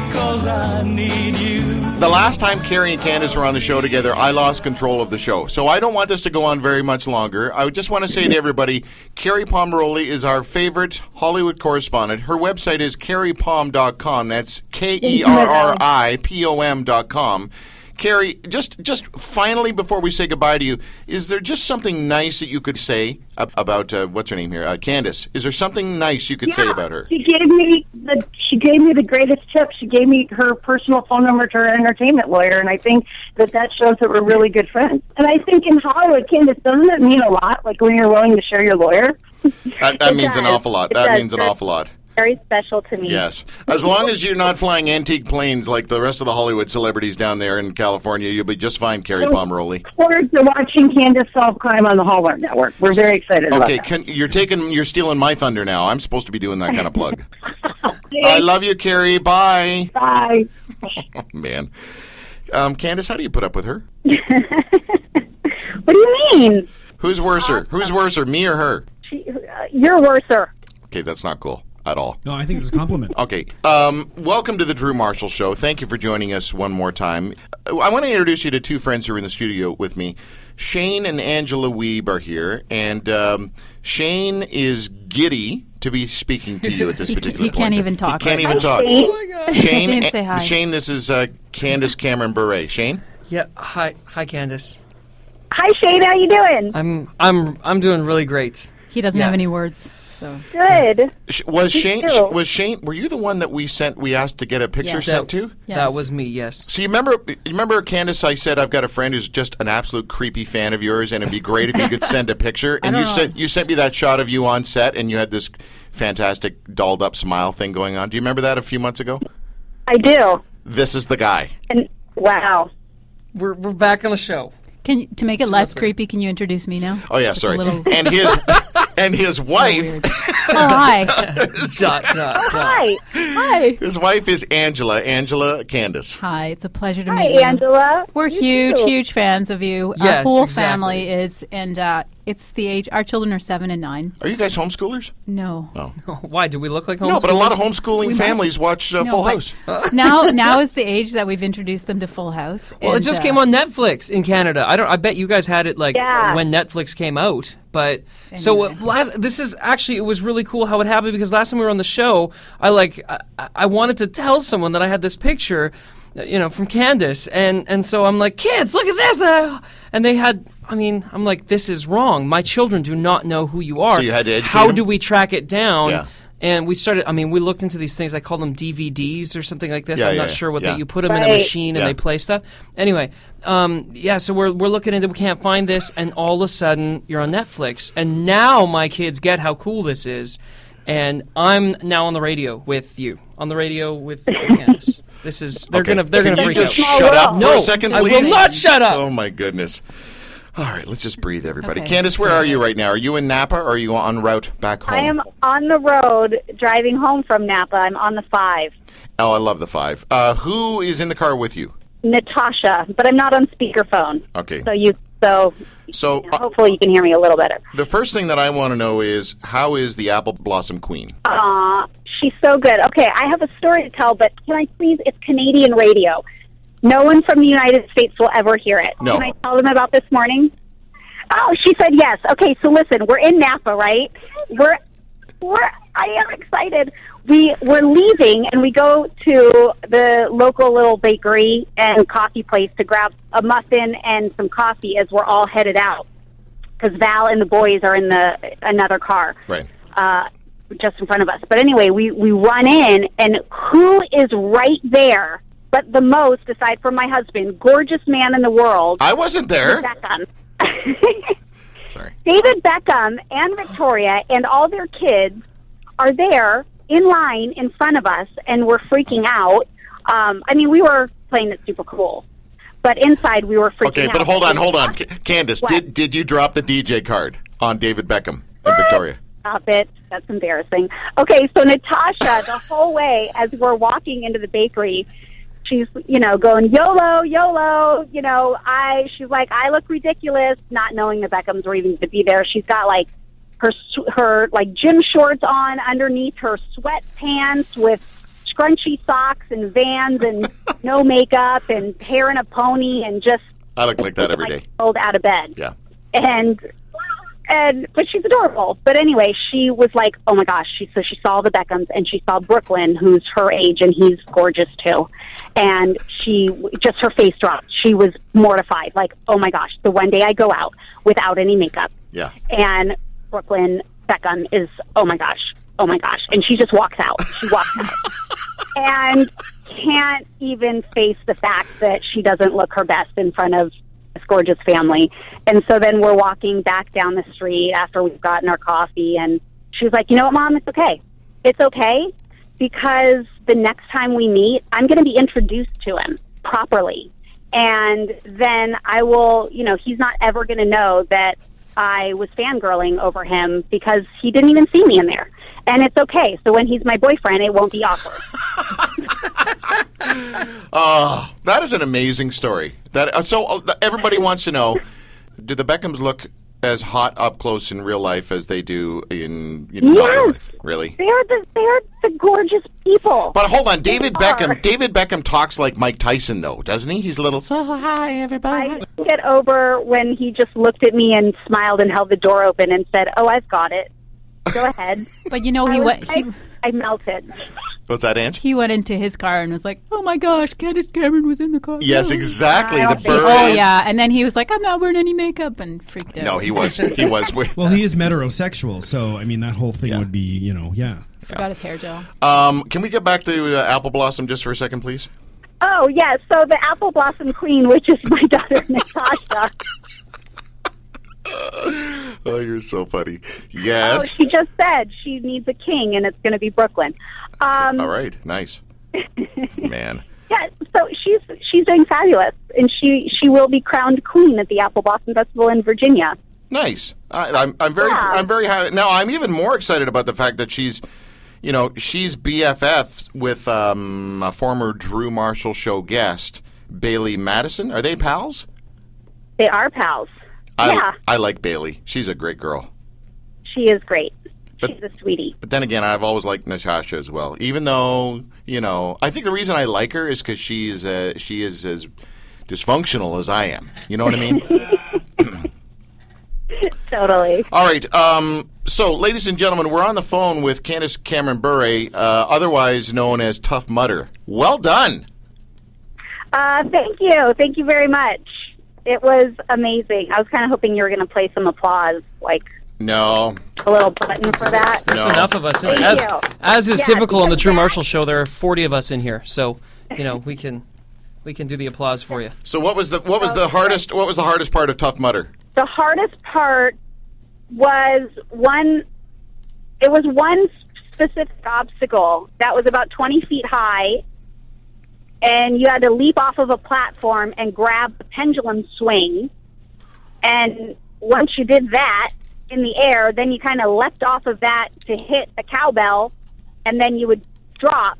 I need you. The last time Carrie and Candace were on the show together, I lost control of the show. So I don't want this to go on very much longer. I just want to say to everybody, Carrie Pomeroli is our favorite Hollywood correspondent. Her website is carriepom.com. That's K E R R I P O M.com. Carrie, just just finally before we say goodbye to you, is there just something nice that you could say ab- about uh, what's her name here, uh, Candace? Is there something nice you could say Yeah. about her? She gave me the she gave me the greatest tip. She gave me her personal phone number to her entertainment lawyer, and I think that that shows that we're really good friends. And I think in Hollywood, Candace, doesn't it mean a lot? Like when you're willing to share your lawyer. That, that It means an does. awful lot. It That does. means an That's- awful lot. Very special to me. Yes. As long as you're not flying antique planes like the rest of the Hollywood celebrities down there in California, you'll be just fine, Carrie Pomeroli. Or you're watching Candace solve crime on the Hallmark Network. We're very excited about Okay, that. can, you're taking, you're stealing my thunder now. I'm supposed to be doing that kind of plug. I love you, Carrie. Bye, Oh, Bye. man. Um, Candace, how do you put up with her? What do you mean? Who's worser? Who's worser, me or her? She, uh, you're worser. Okay, that's not cool at all. No, I think it's a compliment. Okay. Um, welcome to the Drew Marshall Show. Thank you for joining us one more time. Uh, I want to introduce you to two friends who are in the studio with me. Shane and Angela Weeb are here, and um, Shane is giddy to be speaking to you at this He ca- particular he point. can't even talk He can't right even talk. Shane, Shane, say a- hi. Shane, this is uh, Candace Cameron Bure. Shane, Yeah. Hi, hi, Candace. Hi, Shane. How you doing? I'm I'm I'm doing really great. He doesn't Yeah. have any words. So Good. Sh- was Shane? too. was Shane? Were you the one that we sent? We asked to get a picture Yes. sent to? yes. That was me. Yes. So you remember, you remember Candace? I said I've got a friend who's just an absolute creepy fan of yours, and it'd be great if you could send a picture. And you don't know. sent you sent me that shot of you on set, and you had this fantastic dolled up smile thing going on. Do you remember that a few months ago? I do. This is the guy. And wow. We're we're back on the show. Can you, to make it less lovely. creepy, can you introduce me now? Oh yeah, It's a sorry. little- And his and his wife. weird. oh hi, dot dot dot. Hi. Hi. His wife is Angela. Angela Candace. hi. It's a pleasure to Hi, meet you. Angela. We're You huge, too. huge fans of you. Our Yes, whole exactly. family is, and uh, it's the age. Our children are seven and nine. Are you guys homeschoolers? No, Why do we look like No, but a lot of homeschoolers? homeschooling families watch uh, No, Full but- House. now now is the age that we've introduced them to Full House. Well, it and, just uh, came on Netflix in Canada. I don't. I bet you guys had it like Yeah. when Netflix came out. But so uh, last, this is actually it was really cool how it happened because last time we were on the show, I like I, I wanted to tell someone that I had this picture, uh, you know, from Candace, and and so I'm like, kids, look at this, uh," and they had. I mean, I'm like, this is wrong. My children do not know who you are. you had to educate how them? do we track it down? Yeah. And we started. I mean, we looked into these things. I call them DVDs or something like this. Yeah, I'm yeah, not yeah, sure what yeah. they, you put them in a Right. machine and Yeah. they play stuff. Anyway, um, yeah, so we're, we're looking into we can't find this, and all of a sudden you're on Netflix, and now my kids get how cool this is, and I'm now on the radio with you, on the radio with with Candace. this is they're Okay. gonna they're Can you gonna freak just out. shut up for No, a second, I will please? not shut up. Oh my goodness. All right, let's just breathe, everybody. Okay. Candace, where are you right now? Are you in Napa or are you en route back home? I am on the road driving home from Napa. I'm on the five. Oh, I love the five. Uh, who is in the car with you? Natasha, but I'm not on speakerphone. Okay. So you so So uh, hopefully you can hear me a little better. the first thing that I want to know is how is the apple blossom queen? Uh, Aw, she's so good. Okay, I have a story to tell, but can I please? It's Canadian radio. No one from the United States will ever hear it. No. Can I tell them about this morning? Oh, she said yes. Okay, so listen, we're in Napa, right? We're we're I am excited. We we're leaving and we go to the local little bakery and coffee place to grab a muffin and some coffee as we're all headed out. Because Val and the boys are in the another car Right. uh, just in front of us. But anyway, we, we run in, and who is right there but the most, aside from my husband, gorgeous man in the world, I wasn't there. Beckham. Sorry. David Beckham and Victoria and all their kids are there in line in front of us, and we're freaking out. Um, I mean, we were playing it super cool, but inside we were freaking Okay, out. but hold on, hold on. C- Candace, What? did did you drop the DJ card on David Beckham and Victoria? Stop it. That's embarrassing. Okay, so Natasha, the whole way as we're walking into the bakery, she's, you know, going, YOLO, YOLO, you know, I, she's like, I look ridiculous, not knowing the Beckhams were even going to be there. She's got like her, s- her, like gym shorts on underneath her sweatpants with scrunchy socks and vans and no makeup and hair in a pony and just I look like that every day. rolled out of bed. Yeah. and and but she's adorable. But anyway, she was like, "Oh my gosh!" She so she saw the Beckhams and she saw Brooklyn, who's her age, and he's gorgeous too. And she just her face dropped. She was mortified, like, "Oh my gosh!" The one day I go out without any makeup, Yeah. and Brooklyn Beckham is, "Oh my gosh, oh my gosh!" And she just walks out. She walks out. And can't even face the fact that she doesn't look her best in front of this gorgeous family. And so then we're walking back down the street after we've gotten our coffee, and she was like, "You know what, Mom? It's okay. It's okay because the next time we meet, I'm going to be introduced to him properly, and then I will. You know, he's not ever going to know that." I was fangirling over him because he didn't even see me in there. And it's okay. So when he's my boyfriend, it won't be awkward. Oh, that is an amazing story. That uh, so uh, th- everybody wants to know: Do the Beckhams look as hot up close in real life as they do in you know, not real Yes. life? Really? They're the they're the gorgeous people. But hold on, David They are. Beckham. David Beckham talks like Mike Tyson, though, doesn't he? He's a little so hi everybody. I couldn't get over when he just looked at me and smiled and held the door open and said, "Oh, I've got it. Go ahead." But you know, he I, was went. He, like- I melted. What's that, Ange? he went into his car and was like, "Oh my gosh, Candace Cameron was in the car." Yes, exactly. The think- bird. Oh yeah, and then he was like, "I'm not wearing any makeup," and freaked out. No, he was. He was. Well, he is meterosexual, so I mean that whole thing Yeah. would be, you know, yeah. forgot his hair gel. Um, can we get back to uh, Apple Blossom just for a second, please? Oh yes, so the apple blossom queen, which is my daughter Natasha. Oh, you're so funny. Oh, Yes. she just said she needs a king, and it's going to be Brooklyn. Um, All right. Nice. Man. Yeah, so she's she's doing fabulous, and she she will be crowned queen at the Apple Blossom Festival in Virginia. Nice. I, I'm, I'm very, Yeah. I'm very happy. Now, I'm even more excited about the fact that she's, you know, she's BFF with um, a former Drew Marshall show guest, Bailey Madison. Are they pals? They are pals. I, yeah, I like Bailey. She's a great girl. she is great. But- she's a sweetie. But then again, I've always liked Natasha as well. Even though, you know, I think the reason I like her is because she's, uh, she is as dysfunctional as I am. You know what I mean? Totally. All right. Um, so, ladies and gentlemen, we're on the phone with Candace Cameron Bure, uh, otherwise known as Tough Mudder. Well done. Uh, thank you. Thank you very much. It was amazing. I was kind of hoping you were going to play some applause, like No. a little button for that. There's No. enough of us. Thank as, you. as is Yeah, typical on the because Drew that- Marshall show, there are 40 of us in here, so you know we can we can do the applause for you. So, what was the what was the hardest what was the hardest part of Tough Mudder? The hardest part was one. It was one specific obstacle that was about 20 feet high, and you had to leap off of a platform and grab the pendulum swing. And once you did that in the air, then you kind of leapt off of that to hit a cowbell, and then you would drop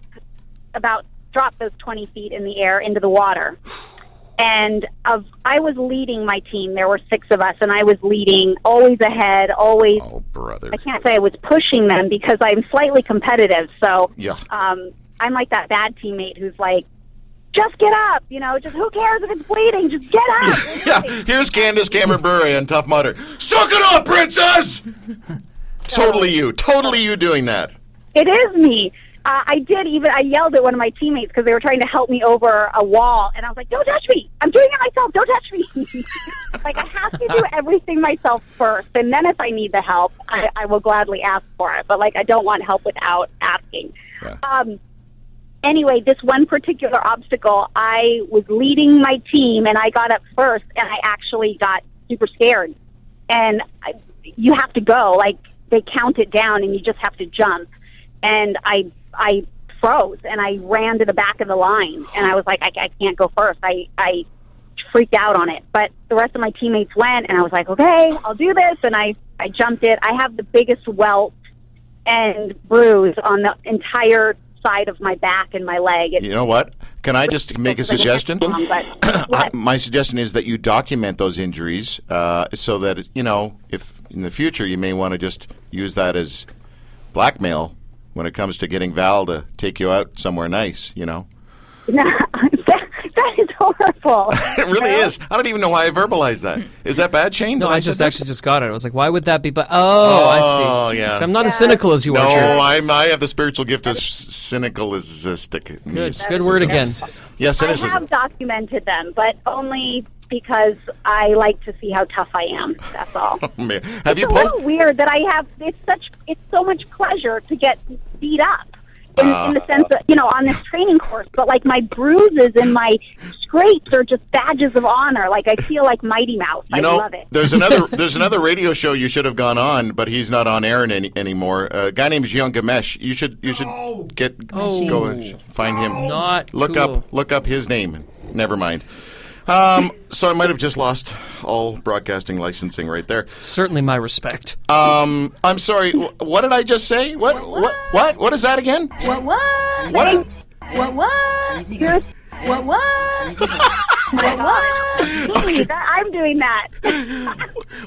about drop those 20 feet in the air into the water. And of I was leading my team. There were six of us, and I was leading, always ahead, always. Oh, brother. I can't say I was pushing them because I'm slightly competitive. So Yeah. um, I'm like that bad teammate who's like, just get up, you know, just who cares if it's bleeding? Just get up. Yeah. Here's Candace Cameron Bure on Tough Mudder. Suck it up, princess. totally you. Totally you doing that. It is me. Uh, I did even, I yelled at one of my teammates because they were trying to help me over a wall. And I was like, don't touch me. I'm doing it myself. Don't touch me. like, I have to do everything myself first. And then if I need the help, I, I will gladly ask for it. But, like, I don't want help without asking. Yeah. Um, anyway, this one particular obstacle, I was leading my team and I got up first and I actually got super scared. And I, you have to go, like they count it down and you just have to jump. And I, I froze and I ran to the back of the line and I was like, I, I can't go first. I, I freaked out on it, but the rest of my teammates went and I was like, okay, I'll do this. And I, I jumped it. I have the biggest welt and bruise on the entire side of my back and my leg. It You know what? Can I just make a suggestion? But I, what? my suggestion is that you document those injuries uh, so that you know if in the future you may want to just use that as blackmail when it comes to getting Val to take you out somewhere nice, you know? No, that, that is horrible. It really is. I don't even know why I verbalized that. Hmm. Is that bad, Shane? No, Did I said Oh, just that? actually just got it. I was like, why would that be? But oh, Oh, I see. yeah. So I'm not as cynical as you No, are. Drew. I'm, I have the spiritual gift of s- cynicalistic. Good, good word again. Yeah, I cynicism. have documented them, but only because I like to see how tough I am. That's all. Man. Have you it's a po- little weird that I have it's such it's so much pleasure to get beat up in, in the sense that you know on this training course, but like my bruises and my scrapes are just badges of honor. Like I feel like Mighty Mouse. You I know, love it. there's another there's another radio show you should have gone on, but he's not on air any, anymore. Uh, A guy named Gian Gamesh. You should you should get Oh. go and find him. Not look cool. up look up his name. Never mind. Um, so I might have just lost all broadcasting licensing right there. Certainly my respect. Um, I'm sorry. wh- What did I just say? What what what what is that again? What what? What? a- What what? You're, What what? my God. Gee, that, I'm doing that.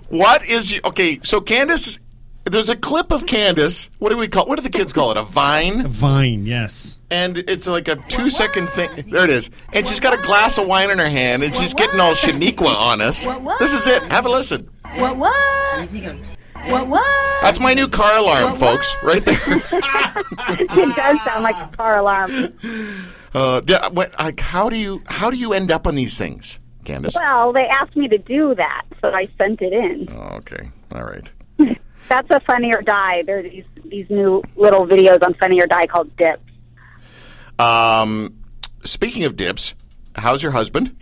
What is you? Okay, so Candace, there's a clip of Candace. What do we call? What do the kids call it? A vine, Vine, yes. and it's like a two second thing. There it is, and she's got a glass of wine in her hand, and she's getting all Shaniqua on us. This is it. Have a listen. What what? What what? That's my new car alarm, folks, right there. it does sound like a car alarm. Uh, yeah, what, like, how do you how do you end up on these things, Candace? Well, they asked me to do that, so I sent it in. Oh, okay, all right. That's a Funny or Die. There are these these new little videos on Funny or Die called Dip. Um, speaking of dips, how's your husband?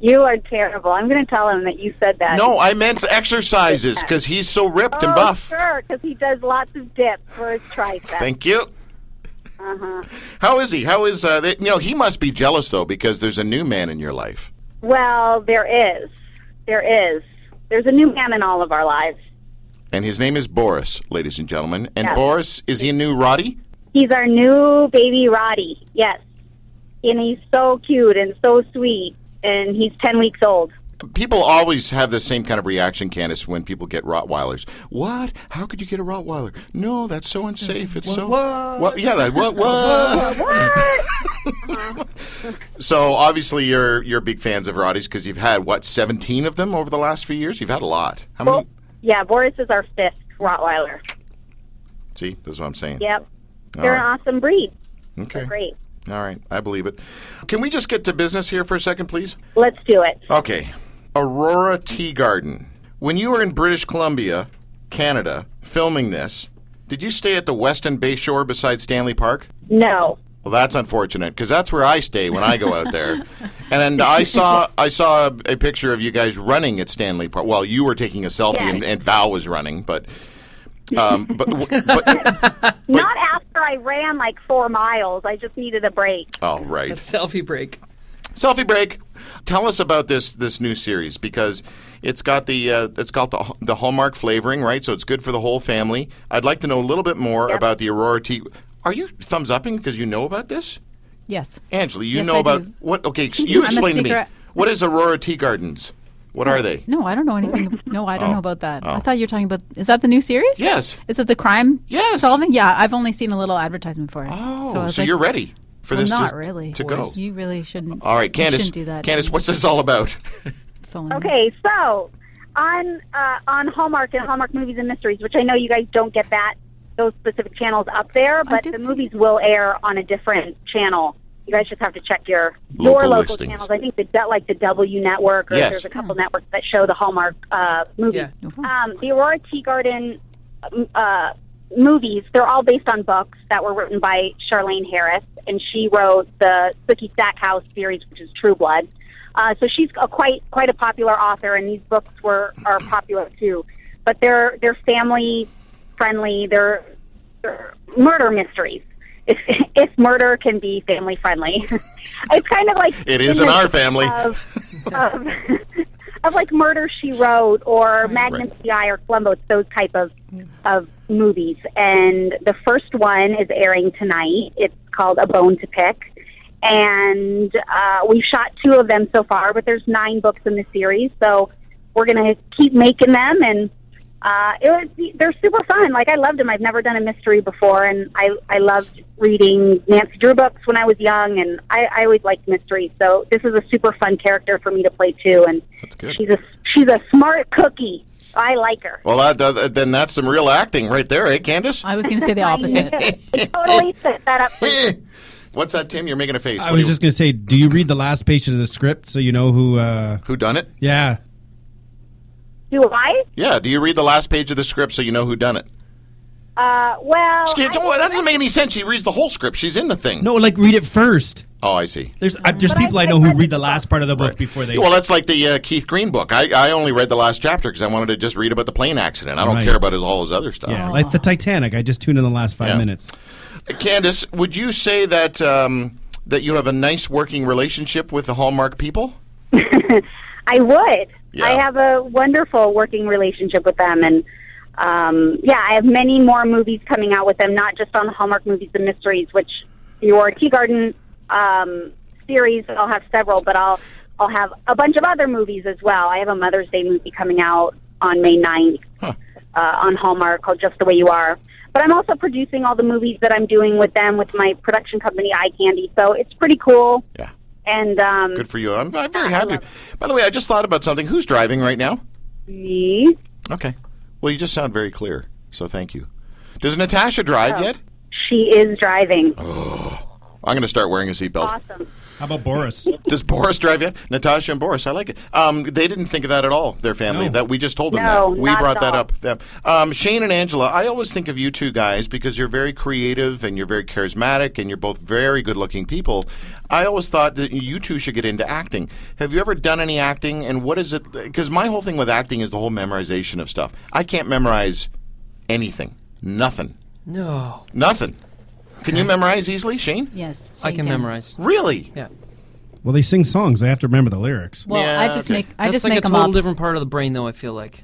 You are terrible. I'm going to tell him that you said that. No, I meant exercises because he's so ripped and oh, buff. Sure, because he does lots of dip for his tricep. Thank you. Uh-huh. How is he? How is uh? They, you know, he must be jealous though because there's a new man in your life. well, there is, there is, there's a new man in all of our lives. And his name is Boris, ladies and gentlemen. And Yes. Boris, is he a new Roddy? He's our new baby Roddy. Yes, and he's so cute and so sweet, and he's ten weeks Mm. old. People always have the same kind of reaction, Candace, when people get Rottweilers. What? How could you get a Rottweiler? No, that's so unsafe. It's so. What? yeah, that, what? What? so obviously you're you're big fans of Roddies because you've had what 17 of them over the last few years. You've had a lot. How many? Well, yeah, Boris is our fifth Rottweiler. See, this is what I'm saying. Yep, they're right. an awesome breed. Okay. Great. All right, I believe it. Can we just get to business here for a second, please? Let's do it. Okay. Aurora Tea Garden. When you were in British Columbia, Canada, filming this, did you stay at the Weston Bay Shore beside Stanley Park? No, Well, that's unfortunate because that's where I stay when I go out there. And I saw I saw a, a picture of you guys running at Stanley Park. Well, you were taking a selfie and, and Val was running, but um, but, but Not after I ran like four miles. I just needed a break. oh right. Selfie break. Selfie break. Tell us about this this new series because it's got the uh, it's got the the hallmark flavoring, right? So it's good for the whole family. I'd like to know a little bit more about the Aurora tea. Are you thumbs upping because you know about this, Yes. Angela? You Yes, know I about do. what? Okay, ex- you I'm a explain to me secret- what is Aurora Tea Gardens. What are they? No, I don't know anything. No, I don't know about that. I thought you were talking about. Is that the new series? Oh. Yes. Is it the crime Yes. solving? Yeah, I've only seen a little advertisement for it. Oh, so, I so, was like, you're ready for well, this? Not to, really. to go. You really shouldn't. All right, you Candace. Shouldn't do that. Candace, what's this all about? Solon. Okay, so on uh, on Hallmark and Hallmark Movies and Mysteries, which I know you guys don't get that those specific channels up there, but did the see movies will air on a different channel. You guys just have to check your your Local local listings. channels. I think the that like the W network, or Yes. there's a couple networks that show the Hallmark uh, movies. Yeah. Um, the Aurora Tea Garden um, uh, movies, they're all based on books that were written by Charlene Harris, and she wrote the Sookie Stackhouse series, which is True Blood. Uh, so she's a quite quite a popular author, and these books were are popular too. But they're they're family friendly. They're, they're murder mysteries. If, if murder can be family friendly, it's kind of like It is in our family. of, of, of like Murder She Wrote or Magnum Right. PI or Columbo, it's those type of of movies. And the first one is airing tonight. It's called A Bone to Pick, and uh, we've shot two of them so far. But there's nine books in the series, so we're gonna keep making them and Uh, it was they're super fun. Like I loved them. I've never done a mystery before, and I I loved reading Nancy Drew books when I was young, and I, I always liked mysteries. So this is a super fun character for me to play too, and That's good. she's a she's a smart cookie. I like her. Well, that, that, then that's some real acting right there, eh, Candace? I was going to say the opposite. Totally set that up. For Eh. What's that, Tim? You're making a face. I What was do you- just gonna say, do you read the last page of the script so you know who? uh who done it? Yeah, Do I? Yeah. Do you read the last page of the script so you know who done it? Uh, well, She- I- don't- that doesn't make any sense. She reads the whole script. She's in the thing. no, like read it first. Oh, I see. There's I, there's But I- people I, I know who read read the the last part of the book before they. Well, that's like the uh, Keith Green book. I, I only read the last chapter because I wanted to just read about the plane accident. I don't Right. care about his, all his other stuff. yeah, like the Titanic. I just tuned in the last five Yeah. minutes. Candace, would you say that um, that you have a nice working relationship with the Hallmark people? I would. Yeah. I have a wonderful working relationship with them, and um, yeah, I have many more movies coming out with them, not just on the Hallmark movies and mysteries, which your Tea Garden um, series. I'll have several, but I'll I'll have a bunch of other movies as well. I have a Mother's Day movie coming out on May ninth uh, on Hallmark called Just the Way You Are. But I'm also producing all the movies that I'm doing with them with my production company Eye Candy, so it's pretty cool. Yeah. And um, Good for you. I'm, I'm very Yeah, I happy. love By the way, I just thought about something. Who's driving right now? me. Okay. Well, you just sound very clear, so thank you. Does Natasha drive yet? She is driving. Oh. I'm going to start wearing a seatbelt. Awesome. How about Boris? Does Boris drive yet? Natasha and Boris, I like it. Um, they didn't think of that at all. Their family. No. That we just told them No, that. We not brought at that all. up. Them. Um, Shane and Angela. I always think of you two guys because you're very creative and you're very charismatic and you're both very good-looking people. I always thought that you two should get into acting. Have you ever done any acting? And what is it? Because my whole thing with acting is the whole memorization of stuff. I can't memorize anything. Nothing. No, Nothing. Can you memorize easily, Shane? Yes, I she can memorize. Really? Yeah, well, they sing songs. I have to remember the lyrics. Well, Yeah, I just okay. make I That's just like make a them total up. different part of the brain, though. I feel like.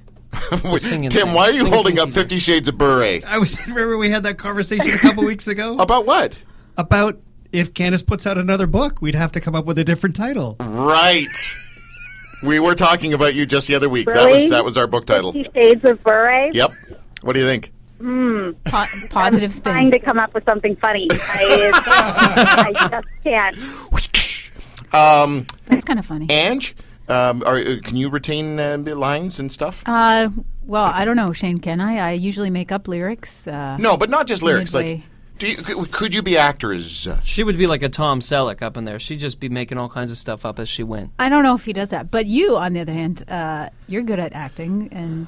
Tim, singing thing. why are you Singing holding thing's up easier. Fifty Shades of Beret? I was remember we had that conversation a couple weeks ago About what? about if Candace puts out another book, we'd have to come up with a different title. Right. We were talking about you just the other week. That was Really? that was our book title. Fifty Shades of Beret. Yep. What do you think? Po- positive spin. Trying to come up with something funny. I, I just can't. Um, That's kind of funny. Ange, um, are, uh, can you retain uh, the lines and stuff? Uh, well, I don't know, Shane. Can I? I usually make up lyrics. Uh, no, but not just lyrics. Like, Midway. do you, could, could you be actors? She would be like a Tom Selleck up in there. She'd just be making all kinds of stuff up as she went. I don't know if he does that. But you, on the other hand, uh, you're good at acting, and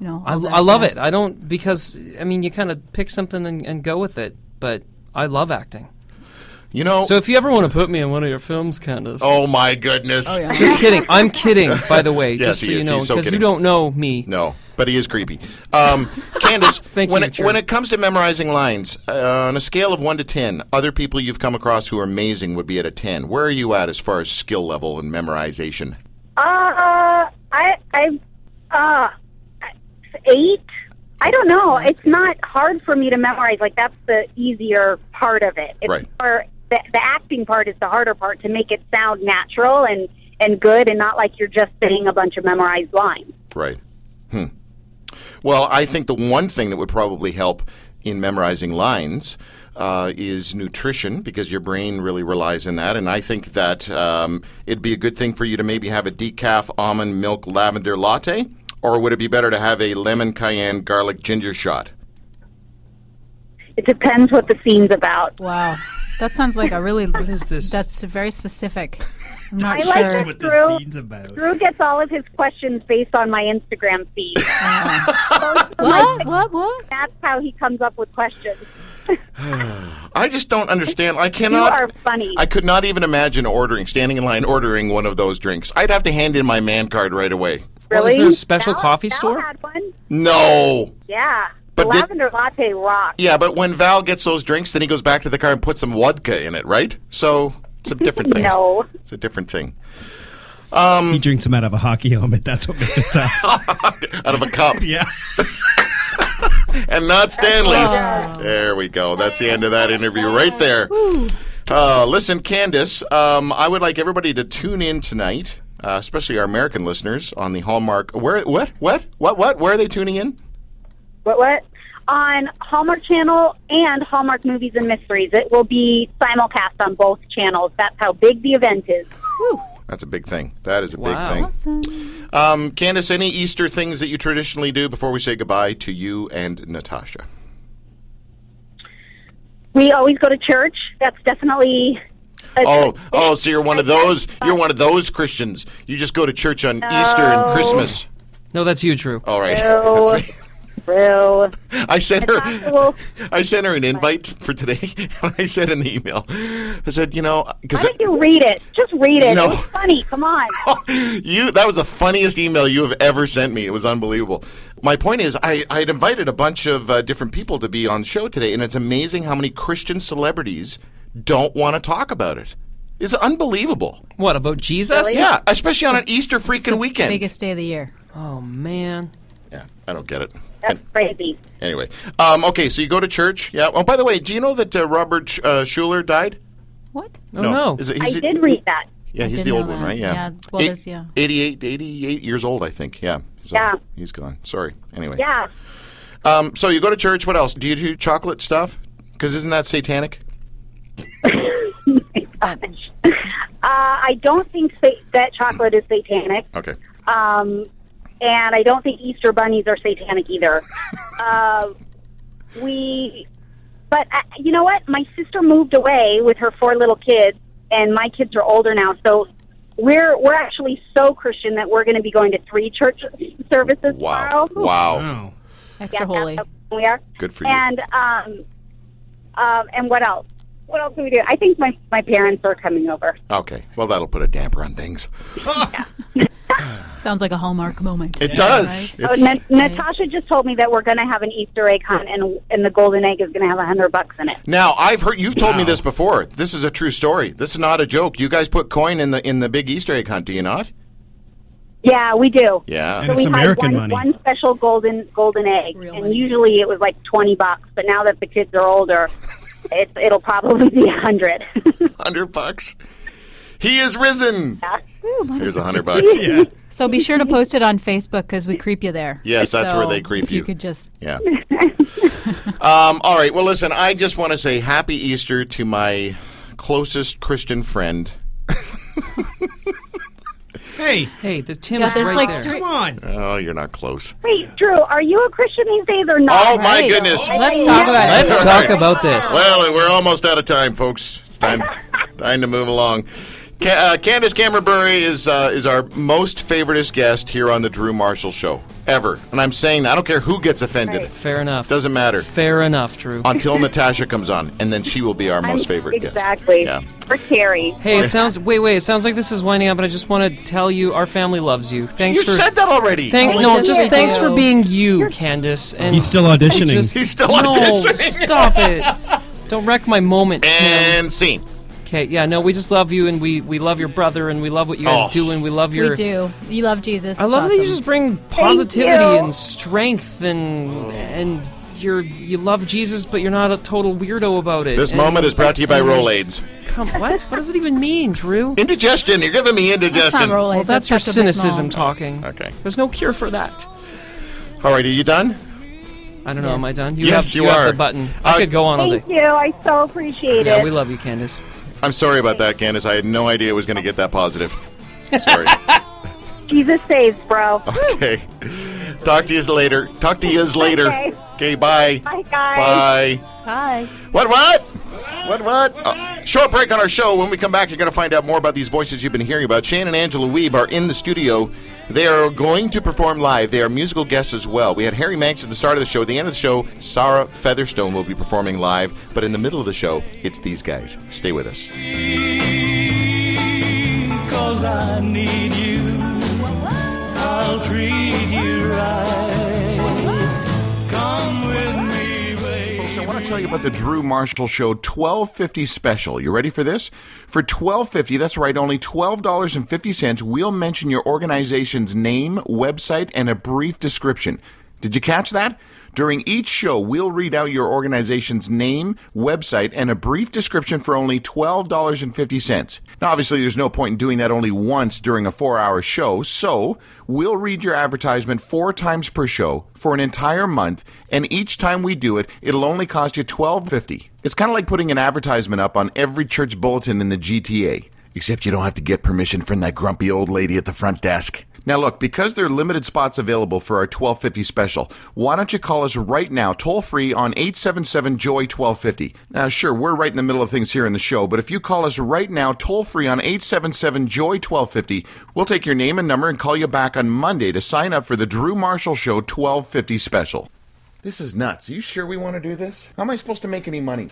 you know. I, all that I love it. jazz. I don't because I mean you kind of pick something and, and go with it. But I love acting. You know. So if you ever want to put me in one of your films, Candace. oh my goodness. Just kidding. I'm kidding, by the way. Yes, just so he you is. know, He's so because you kidding. don't know me. No, but he is creepy. Um, Candace, Thank when you, it, Chair. when it comes to memorizing lines, uh, on a scale of one to ten, other people you've come across who are amazing would be at a ten. Where are you at as far as skill level and memorization? Uh, I, I, uh, eight. I don't know. It's not hard for me to memorize. Like that's the easier part of it. It's Right. more- the, the acting part is the harder part to make it sound natural and and good, and not like you're just saying a bunch of memorized lines. Right. Hmm. Well, I think the one thing that would probably help in memorizing lines uh, is nutrition because your brain really relies on that. And I think that um, it'd be a good thing for you to maybe have a decaf almond milk lavender latte, or would it be better to have a lemon cayenne garlic ginger shot? It depends what the scene's about. Wow, that sounds like a really. what is this? That's very specific. I'm not I sure. like that Drew, about. Drew gets all of his questions based on my Instagram feed. what? What? What? That's how he comes up with questions. I just don't understand. I You cannot. are funny. I could not even imagine ordering, standing in line ordering one of those drinks. I'd have to hand in my man card right away. really? Well, is there a special Val- coffee Val store? had one. No. Yeah. But the did- lavender latte rocks. Yeah, but when Val gets those drinks, then he goes back to the car and puts some vodka in it, right? So it's a different thing. No. It's a different thing. He drinks them out of a hockey helmet. That's what makes it tough. Oh, Out of a cup. yeah. And not Stanley's. There we go. That's the end of that interview right there. Uh, listen, Candace, um, I would like everybody to tune in tonight, uh, especially our American listeners on the Hallmark. Where? What? What? What? What? Where are they tuning in? what what on Hallmark Channel and Hallmark Movies and Mysteries. It will be simulcast on both channels. That's how big the event is. That's a big thing. That is a Wow. big thing. Um, Candace, any Easter things that you traditionally do before we say goodbye to you and Natasha? We always go to church. That's definitely. a- Oh, oh, so you're one of those. You're one of those Christians. You just go to church on Easter and Christmas. No, that's you, Drew. All right. No. That's me. True. I sent Natasha her. will- I sent her an invite for today. I said in the email. I said, you know, Why because don't you read it? Just read it. No. It's funny. Come on. you that was the funniest email you have ever sent me. It was unbelievable. My point is, I I had invited a bunch of uh, different people to be on the show today, and it's amazing how many Christian celebrities don't want to talk about it. It's unbelievable. What about Jesus? Yeah, especially on an Easter freaking weekend. Biggest day of the year. Oh man. Yeah, I don't get it. That's crazy. Anyway, um, okay, so you go to church. Yeah. Oh, by the way, do you know that uh, Robert Sh- uh, Schuller died? What? Oh no. Is it, I he's the- did read that. Yeah, he's didn't the old know one, that. right? Yeah. Yeah, well, there's- yeah. 88, 88 years old, I think. Yeah. So Yeah. He's gone. Sorry. Anyway. Yeah. Um, so you go to church. What else? Do you do chocolate stuff? Because isn't that satanic? uh, I don't think sa- that chocolate is satanic. Okay. Um, and I don't think Easter bunnies are satanic either. uh, we, but I, you know what? My sister moved away with her four little kids, and my kids are older now, so we're we're actually so Christian that we're going to be going to three church services Wow. tomorrow. Wow. Oh. Extra Yeah, holy. that's how we are. Good for you. And um, um, and what else? What else do we do? I think my my parents are coming over. Okay. Well, that'll put a damper on things. Sounds like a Hallmark moment. It does. nice. Oh, It's- Na- Natasha just told me that we're going to have an Easter egg hunt, and and the golden egg is going to have a hundred bucks in it. Now I've heard you've told me this before. This is a true story. This is not a joke. You guys put coin in the in the big Easter egg hunt, do you not? Yeah, we do. Yeah. And it's we American had one, money. one special golden golden egg, Real and money. usually it was like twenty bucks. But now that the kids are older, it, it'll probably be a hundred. hundred bucks. He is risen. Ooh, my- Here's a hundred bucks. Yeah. So be sure to post it on Facebook because we creep you there. Yes, that's where So they creep if you. You could just Yeah. um, all right. Well, listen. I just want to say Happy Easter to my closest Christian friend. Hey, Hey, the Tim Yeah, is there's right like there. three- come on. Oh, you're not close. Wait, Drew, are you a Christian these days or not? Oh my goodness. Let's talk about it. Let's talk about this. Well, we're almost out of time, folks. It's time, time to move along. Ca- uh, Candace Camerbury is uh, is our most favoritist guest here on the Drew Marshall Show ever, and I'm saying I don't care who gets offended. Fair enough. Doesn't matter Fair enough, Drew. until Natasha comes on, and then she will be our most favorite guest. Exactly. Yeah. For Carrie. Hey, it sounds. Wait, wait. It sounds like this is winding up, and I just want to tell you, our family loves you. Thanks You for. said that already. thank, Oh, no, yes, just we thanks do. for being you, Candace. And He's still auditioning. just- He's still no, auditioning. Stop it. Don't wreck my moment, Tim. and scene. Okay, yeah, no, we just love you, and we we love your brother, and we love what you guys Oh. do, and we love your. we do. You love Jesus. I love it's that you awesome. just bring positivity you. and strength and and you're you love Jesus, but you're not a total weirdo about it. This And- moment is brought to you by and- Rolaids. Come, what? What does it even mean, Drew? Indigestion. You're giving me It's not indigestion. Rolaids, Well, that's your stuff with small- cynicism talking. Okay. There's no cure for that. All right. Are you done? I don't know. Am I done? You Yes, have, you have are. the button. I Uh, could go on all day. Thank you. I so appreciate Yeah, it. we love you, Candace. I'm sorry about that, Candace. I had no idea it was going to get that positive. Sorry. Jesus saves, bro. okay. Talk to you later. Talk to you later. Okay. Okay. Bye. Bye, guys. Bye. Hi. What, what? What, what? Uh, short break on our show. When we come back, you're going to find out more about these voices you've been hearing about. Shane and Angela Weeb are in the studio. They are going to perform live. They are musical guests as well. We had Harry Manx at the start of the show. At the end of the show, Sarah Featherstone will be performing live. But in the middle of the show, it's these guys. Stay with us. Cause I need you. I'll treat you right. Come with me, babe. Folks, I want to tell you about the Drew Marshall Show 1250 special. You ready for this? For 1250, that's right, only $12.50, we'll mention your organization's name, website, and a brief description. Did you catch that? During each show, we'll read out your organization's name, website, and a brief description for only $12.50. Now, obviously, there's no point in doing that only once during a four hour show, so we'll read your advertisement four times per show for an entire month, and each time we do it, it'll only cost you $12.50. It's kind of like putting an advertisement up on every church bulletin in the GTA. Except you don't have to get permission from that grumpy old lady at the front desk. Now look, because there are limited spots available for our 1250 special, why don't you call us right now, toll free on 877-JOY-1250. Now sure, we're right in the middle of things here in the show, but if you call us right now, toll free on 877-JOY-1250, we'll take your name and number and call you back on Monday to sign up for the Drew Marshall Show 1250 special. This is nuts. Are you sure we want to do this? How am I supposed to make any money?